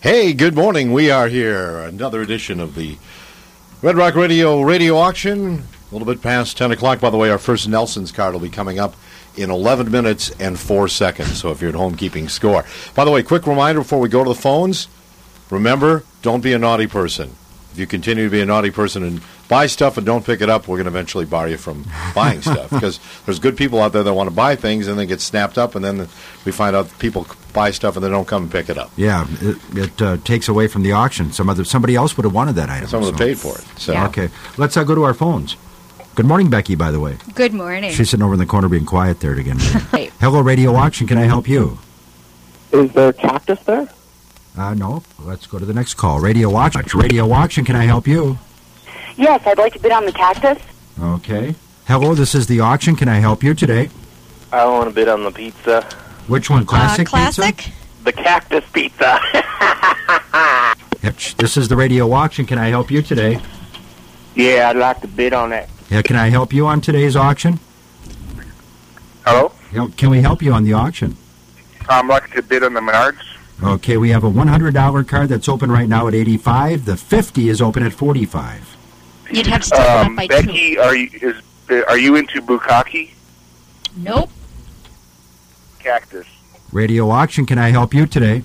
Hey, good morning. We are here. Another edition of the Red Rock Radio Radio Auction. A little bit past 10 o'clock, by the way. Our first Nelson's card will be coming up in 11 minutes and 4 seconds. So if you're at home keeping score. By the way, quick reminder before we go to the phones remember, don't be a naughty person. If you continue to be a naughty person and buy stuff and don't pick it up, we're going to eventually bar you from buying stuff because there's good people out there that want to buy things and then get snapped up, and then we find out people buy stuff and they don't come and pick it up. Yeah, it, it uh, takes away from the auction. Some other somebody else would have wanted that item. Some of them so- paid for it. So Yeah. Okay, let's uh, go to our phones. Good morning, Becky. By the way, Good morning. she's sitting over in the corner being quiet there again. Right. Hello, Radio Auction. Can I help you? Is there cactus there? Uh, no. Let's go to the next call. Radio Auction. Radio Auction. Can I help you? Yes, I'd like to bid on the cactus. Okay. Hello, this is the auction. Can I help you today? I want to bid on the pizza. Which one? Classic. uh, classic. Pizza? The cactus pizza. Yep, This is the radio auction. Can I help you today? yeah, I'd like to bid on it. Yeah. Can I help you on today's auction? Hello, Yeah, Can we help you on the auction? I'm lucky to bid on the Menards. Okay, we have a $100 card that's open right now at 85. The 50 is open at 45. You'd have to take it up Um, by two. Becky, are you is are you into bukkake? Nope. Cactus. Radio auction, can I help you today?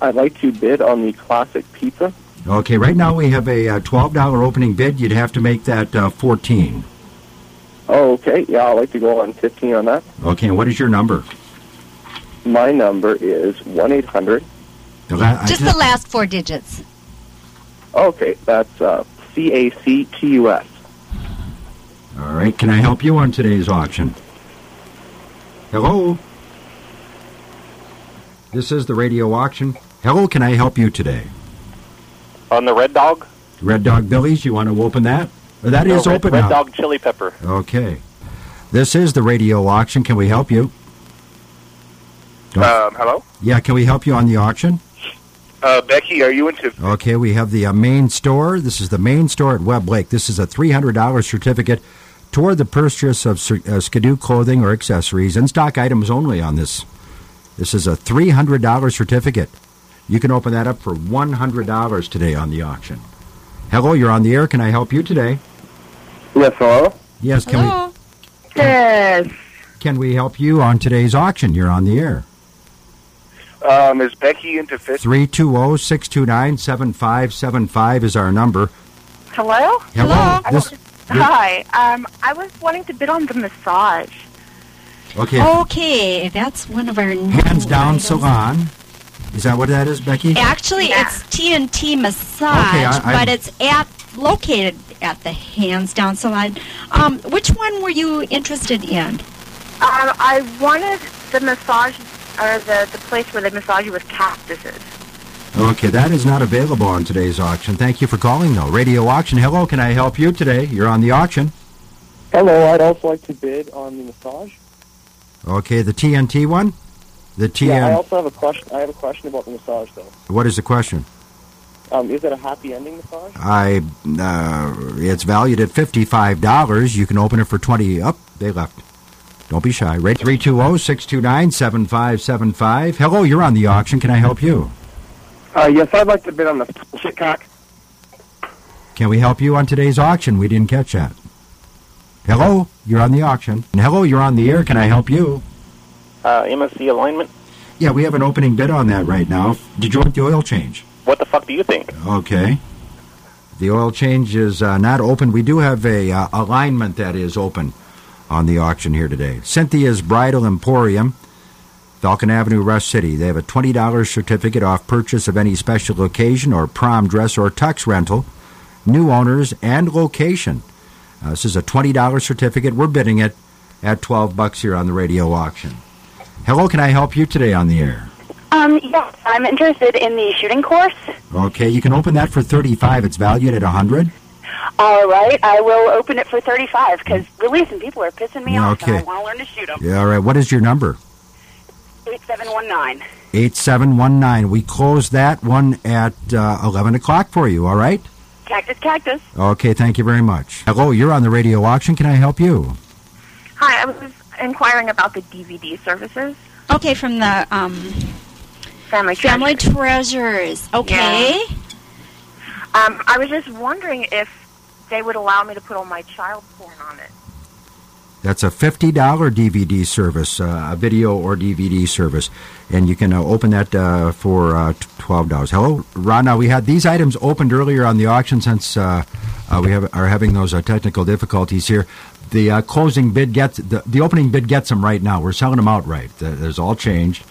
I'd like to bid on the classic pizza. Okay, right now we have a uh, $12 opening bid. You'd have to make that uh, 14. Oh, okay. Yeah, I'd like to go on 15 on that. Okay, and what is your number? My number is 1 800. The la- I Just the last four digits. Okay, that's uh, C A C T U S. All right, can I help you on today's auction? Hello? This is the radio auction. Hello, can I help you today? On the red dog? Red Dog Billy's, you want to open that? That is No, red, open Red now. dog chili pepper. Okay. This is the radio auction. Can we help you? Don't- Uh, Um, hello, yeah, can we help you on the auction? uh, Becky, are you into? Okay, we have the uh, main store. This is the main store at Webb Lake. This is a $300 certificate toward the purchase of cer- uh, Skidoo clothing or accessories and stock items only on this. This is a $300 certificate. You can open that up for $100 today on the auction. Hello, you're on the air. Can I help you today? Yes, hello? Yes, can we Hello. Yes. can we help you on today's auction? You're on the air. Um, is Becky into fish? 320-629-7575 is our number. Hello? Hello? This, Hi. Um, I was wanting to bid on the massage. okay. Okay, that's one of our Hands new down items. salon. Is that what that is, Becky? Actually, Yeah. it's TNT massage, Okay, I- I- but it's at located at the Hands Down Salon. Um, which one were you interested in? Um, I wanted the massage or the, the place where they massage you with cactuses. Okay, that is not available on today's auction. Thank you for calling, though. Radio Auction. Hello, can I help you today? You're on the auction. Hello, I'd also like to bid on the massage. Okay, the TNT one? The TN. Yeah, I also have a question. I have a question about the massage, though. what is the question? Um, is it a happy ending massage? I. Uh, it's valued at $55. You can open it for 20 Up, they left. Don't be shy. Rate oh, 320-629-7575. Hello, you're on the auction. Can I help you? Uh, yes, I'd like to bid on the shitcock. Can we help you on today's auction? We didn't catch that. Hello, you're on the auction. And hello, you're on the air. Can I help you? Uh, MSC alignment? Yeah, we have an opening bid on that right now. Did you want the oil change? What the fuck do you think? Okay. The oil change is uh, not open. We do have a uh, alignment that is open on the auction here today. Cynthia's Bridal Emporium, Falcon Avenue, Rush City. They have a $20 certificate off purchase of any special occasion or prom dress or tux rental, new owners and location. Uh, this is a $20 certificate. We're bidding it at 12 bucks here on the radio auction. Hello, can I help you today on the air? Um, yes, I'm interested in the shooting course. Okay, you can open that for 35. It's valued at 100. All right, I will open it for 35 because really some people are pissing me Yeah, off. okay. So I want to learn to shoot them. Yeah, all right. What is your number? 8719. 8719. We close that one at uh, 11 o'clock for you, all right? Cactus, cactus. Okay, thank you very much. Hello, you're on the radio auction. Can I help you? Hi, I was inquiring about the DVD services. Okay, from the um, Family Treasure. Family treasures. Okay. Um, I was just wondering if they would allow me to put all my child porn on it. That's a $50 DVD service, uh, a video or DVD service. And you can uh, open that uh, for uh, t- $12. Hello, Ron. Now, we had these items opened earlier on the auction since uh, uh, we have, are having those uh, technical difficulties here. The uh, closing bid gets, the, the opening bid gets them right now. We're selling them outright. Th- There's all changed.